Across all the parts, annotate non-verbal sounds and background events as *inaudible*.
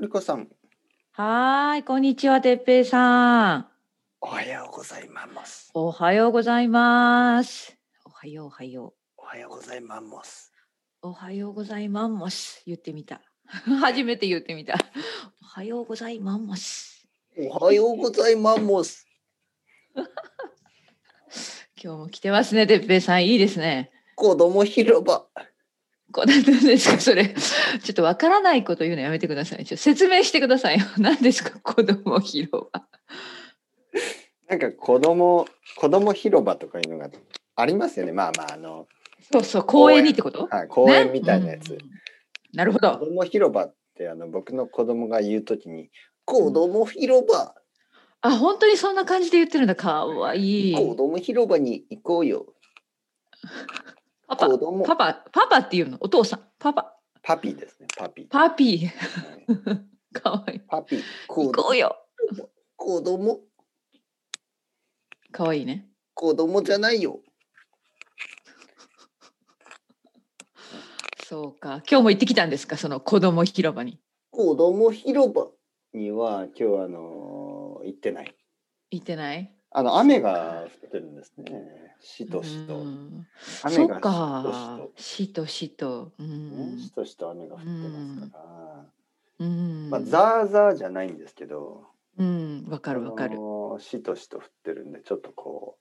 ルコさん、はーい、こんにちは、てっぺいさん。おはようございます。おはようございます。おはよう、おはよおはようございます。う。おはようございます。言ってみた。 *laughs* 初めて言ってみた。おはようございます。おはようございます。今日も来てますね、てっぺいさん。いいですね。子供広場。これ何ですか、それ。ちょっとわからないこと言うのやめてください。ちょっと説明してくださいよ。 *laughs* 何ですか、子供広場。なんか子供、子供広場とかいうのがありますよね。まあまあ、あの、そうそう、公園にってことはい、公園みたいなやつ。ねうんなるほど子。供広場って、あの、僕の子供が言うときに、子供広場、あ、本当にそんな感じで言ってるんだ。かわいい。子供広場に行こうよ。パパ子、供、パパ、パパっていうの。お父さん、パパ、パピーですね、パピー。パピはいー。 *laughs* かわいい。パピー、行子こうよ。子供、かわいいね。子供じゃないよ。そうか。今日も行ってきたんですか、その子供広場に。子供広場には今日あの行ってない。行ってないあの雨が降ってるんですね。しとしうとんそ雨うがしかと。しとしと。うしと、ね、んし。としと雨が降ってますから。うん。まあザーザーじゃないんですけど。うん。わかるわかある。のしとしと降ってるんでちょっとこ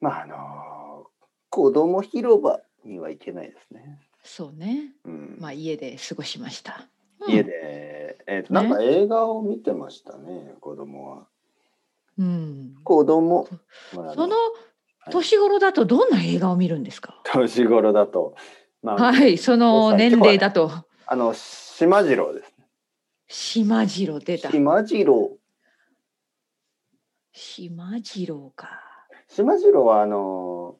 うまああの子供広場には行けないですね。そうね。うん。まあ家で過ごしました。うん家。で、えーとなんか映画を見てましたね子供は。うん。子供。まああその年頃だとどんな映画を見るんですか。年頃だと、まあ、はい、その年齢だと。あの島次郎です島次郎出たね。。島次郎、島次郎か。島次郎はあの、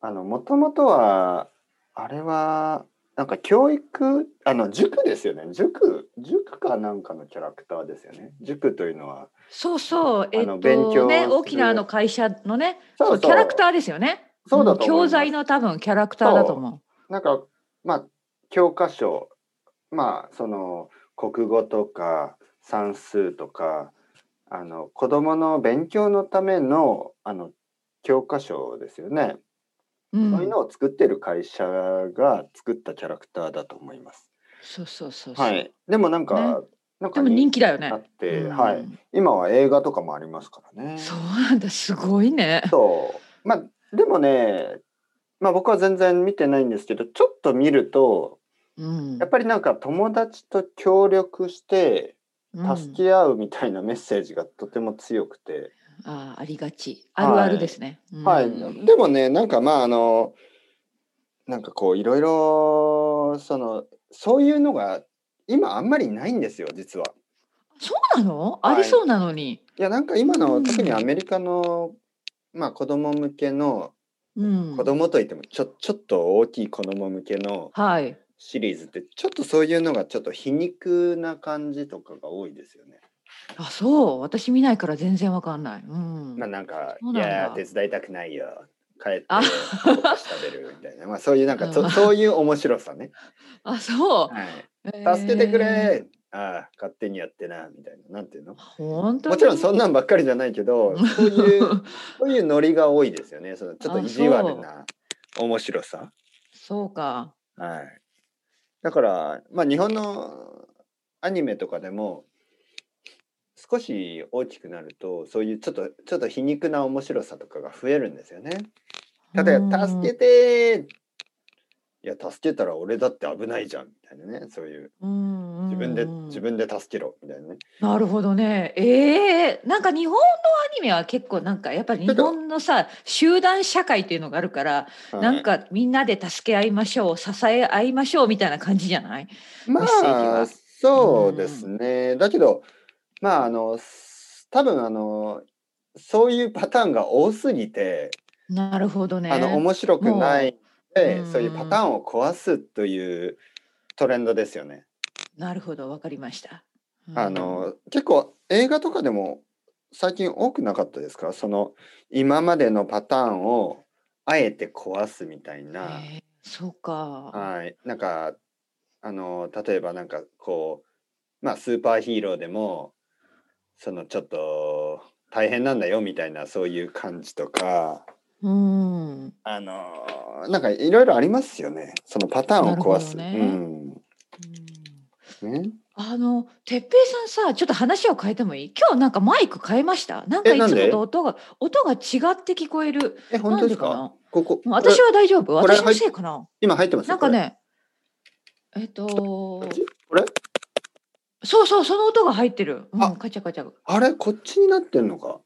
あのもともとはあれはなんか教育あの塾ですよね。塾塾かなんかのキャラクターですよね。塾というのは、そうそう、えっと、の勉強をね、する大きなあの会社のね、そうそそううキャラクターですよね。そうだと思いますん教材の多分キャラクターだと思なんかまあ教科書、まあその国語とか算数とか、あの子供の勉強のためのあの教科書ですよね。う。うんそういうのを作ってる会社が作ったキャラクターだと思います。そうそうそうそう。はい。でもなんか、ねなんでかも人気だよにねな。って、うんはい。今は映画とかもありますからね。そうなんだ、すごいね。そう。まあでもね、まあ僕は全然見てないんですけど、ちょっと見るとうんやっぱりなんか友達と協力してうん助け合うみたいなメッセージがとても強くて、あーありがち。あるあるですね。はうんい。でもね、なんかまああのなんかこういろいろそのそういうのが今あんまりないんですよ実は。そうなの、はいありそうなのに。いやなんか今うのん特にアメリカの、まあ、子供向けのうん子。供といってもちょちょっと大きい子供向けのはい。シリーズってちょっとそういうのがちょっと皮肉な感じとかが多いですよね。あ、そう、私見ないから全然わかんない。うん。まあなんか「そういなんだやー手伝いたくないよ帰ってあお菓子食べる」みたいな、まあ、そういうなんかうそんそういう面白さね。あ、そう。はい、へー助けてくれ、ああ勝手にやってなみたいななんていうの本当にもちろんそんなんばっかりじゃないけどそういうそういうノリが多いですよね。そのちょっと意地悪な面白さ。そうか。はい。だから、まあ日本のアニメとかでも、少し大きくなると、そういうちょっと、ちょっと皮肉な面白さとかが増えるんですよね。例えば、助けけ。ていや、助けたら俺だって危ないじゃん、みたいなね。そういう、うん自分で、うん自分で助けろ、みたいなね。なるほどね。ええなんか日本のアニメは結構なんかやっぱり日本のさ集団社会っていうのがあるから、はいなん、かみんなで助け合いましょう支え合いましょうみたいな感じじゃない？まメッセージあはそうですね、だけどまああのす多分あのそういうパターンが多すぎて、なるほどね。あの面白くないのでもうそういうパターンを壊すというトレンドですよね。なるほどわかりました。うんあの結構映画とかでも最近多くなかったですかその今までのパターンをあえて壊すみたいな、ええそうか。はい、なんかあの例えばなんかこうまあスーパーヒーローでもそのちょっと大変なんだよみたいなそういう感じとかうん。あのなんかいろいろありますよねそのパターンを壊す。なるほどうんね、あの哲平さんさちょっと話を変えてもいい今日なんかマイク変えましたなんかえいなんつでもと音が音が違って聞こえるえ本当ですなんかここなもう私これは大丈夫これ私のせいかな今入ってますなんかねえっとこれこれそうそうその音が入ってる、うあん、カチャカチャあれこっちになってんのか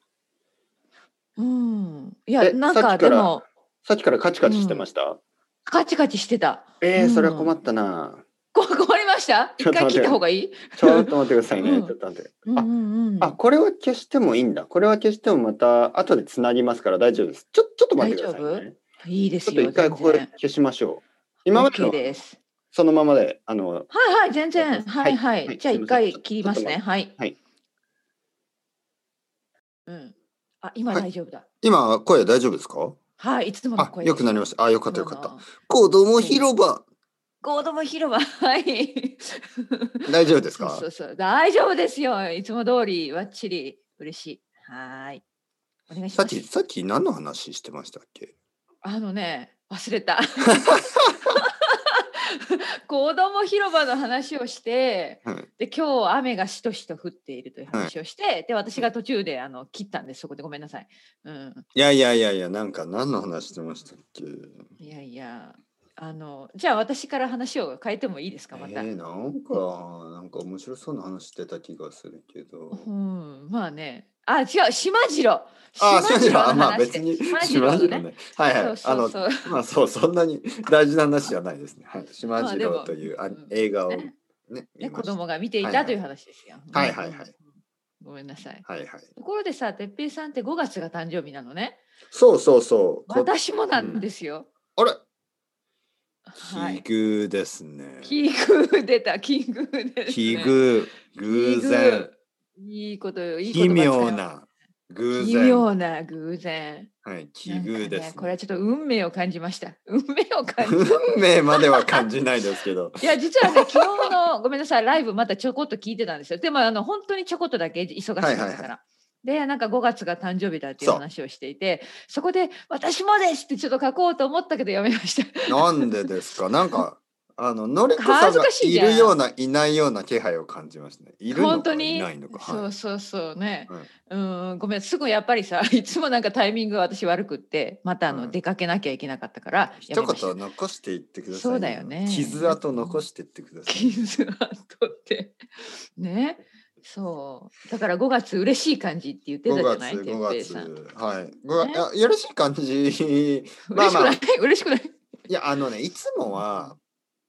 うんえいやなんさっかきかでらもさっきからカチカチしてました、カチカチしてたえー、うんそれは困ったな、こ *laughs* 困りましたちょっ一と待っ回て切った方がいいちょっと待ってくださいね、うんちょっと待ってうんうんうんあこれは消してもいいんだこれは消してもまた後でつなぎますから大丈夫ですちょちょっと待ってください大ねいいでちょすっとよ一回ここで全然消しましょう今まで OK のですそのままであのはいはい全然ははいいはい、はいじゃあすいません一回切りますねちょはいはいうんあ今はい大丈夫だ今声大丈夫ですかはい、い、つもの声良たたあよよ子供広場ゴードも広場はい大丈夫でそうそうそう大丈夫ですよいつも通りわっちり嬉しいはーいお願いしますさっき何の話してましたっけあのね忘れた子供広場の話をしてはいで今日雨がしとしと降っているという話をして、で私が途中であの切ったんですそこでごめんなさい、うん、いやいやいやいやなんか何の話してましたっけいやいやあのじゃあ私から話を変えてもいいですかまた、えー、なんかなんか面白そうな話してた気がするけどうんまあねあ違う島次郎あそうじゃあまあ話別でに島次島郎次の郎ねねはいはいそうそうそうあのまあそうそんなに大事な話じゃないですねはい島まあ次でも郎というあうん映画をねね見ね、ま子した供が見ていはいはたいという話ですよ。はいはいはいうん。ごめんなさい。はいはいところでさ、てっぺいさんって5月が誕生日なのね。そうそうそうこ私もなんですよ。あれはい。奇遇ですね奇遇出た、奇遇出た。奇。遇偶然いいことよ、いい奇言葉使う妙。な偶奇然妙な偶然。はい奇遇でなんかねすこれねはちょっと運命を感じました。運命を感じ。 *laughs* 運命までは感じないですけどいや実 *laughs* はね昨日のごめんなさいライブまたちょこっと聞いてたんですよでもあの本当にちょこっとだけ忙しかったから、はいはいはでなんか5月が誕生日だっていうそう話をしていてそこで「私もです!」ってちょっと書こうと思ったけどやめましたなんでですかなんかあののりこさん恥ずがかしいいじゃんるようないないような気配を感じましたねいるの本か当にいないのかそはういそうそうね、はいうんごめんすぐやっぱりさ *laughs* いつもなんかタイミングが私悪くってまたあうのん出かけなきゃいけなかったからや一めました、言残していってください、そうだよね傷跡残していってください傷跡ってねそうだから5月嬉しい感じって言ってた5じゃ月ないてっ5ぺい月さんはい5月、あよろしい感じま嬉あしくまなあい、 *laughs* 嬉しくないいやあのねいつもは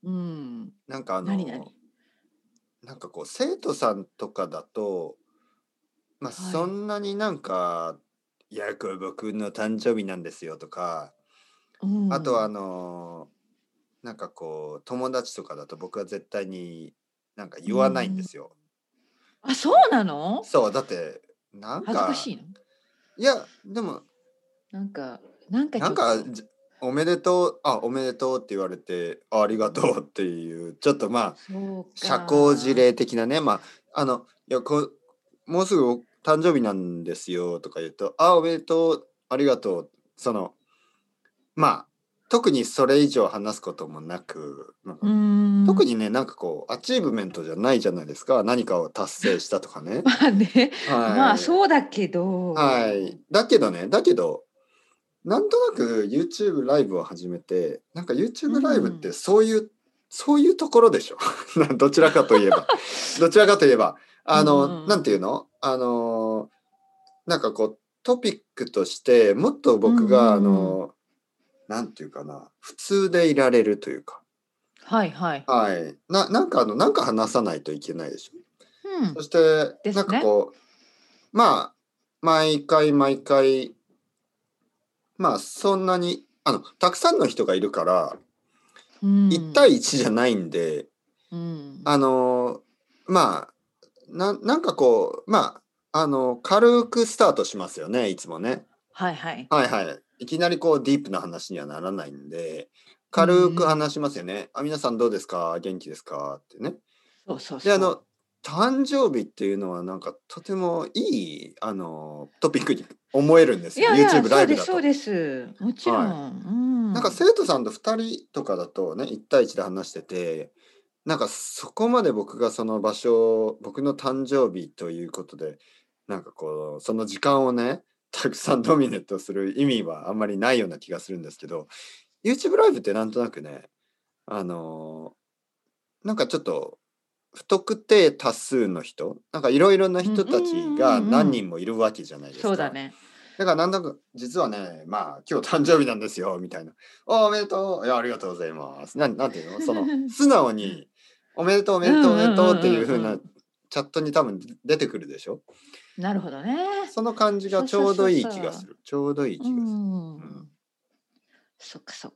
うん。なんかあの何々なんかこう生徒さんとかだとまあはいそんなになんか、い、やこれ僕の誕生日なんですよとかうんあとはあ、のーなんかこう友達とかだと僕は絶対になんか言わないんですよ。あ、そうなの。そうだってなんか恥ずかしいの。いやでもなんか、なんかちょなっんと。かじおめでとうあおめでとうって言われてあありがとうっていうちょっとまあそうか社交辞。令的なねまああのいやこもうすぐお誕生日なんですよとか言うとあおめでとうありがとうそのまあ特にそれ以上話すこともなく、まあうーん。特。にねなんかこうアチーブメントじゃないじゃないですか何かを達成したとかねまあね、はい、 *laughs* まあそうだけど。はい。だけどねだけどなんとなく YouTube ライブを始めてなんか YouTube ライブっうてんそういう、そういうところでしょ *laughs* などちらかといえ *laughs* ばどちらかといえばあの、うんうんなんていうのあのなんかこうトピックとしてもっと僕が、うんうんうんあのなんていうかな普通でいられるというかはいはい。はいななんかあのなんか話さないといけないでしょうんそ。して、ですねなんかこう、まあ、毎回毎回、まあ、そんなに、あの、たくさんの人がいるから、うん1。対1じゃないんで、うん。あの、まあ、ななんかこう、まあ、あの、軽くスタートしますよね、いつもね。はいはい。はいはい。いきなりこう、ディープな話にはならないんで、軽く話しますよね。あ皆さんどうですか元気ですかってね。そうそうそう。であの誕生日っていうのはなんかとてもいいあのトピックに思えるんですいよやいや、 YouTube そライうブでだす、とそう。です。もちろん。うん。なんか生徒さんと2人とかだとね1対1で話しててなんかそこまで僕がその場所を僕の誕生日ということでなんかこうその時間をねたくさんドミネートする意味はあんまりないような気がするんですけど YouTube ライブってなんとなくねあのーなんかちょっと不特定多数の人なんかいろいろな人たちが何人もいるわけじゃないですか。そうだね。だからなんだか実はねまあ今日誕生日なんですよみたいな「おおめでとういやありがとうございます」なんなんていうのその素直に「おめでとうおめでとうおめでとう」っていう風うんうんうんなうんチャットに多分出てくるでしょなるほどね。その感じがちょうどいい気がするちょうどいい気うがする。んんそっかそっ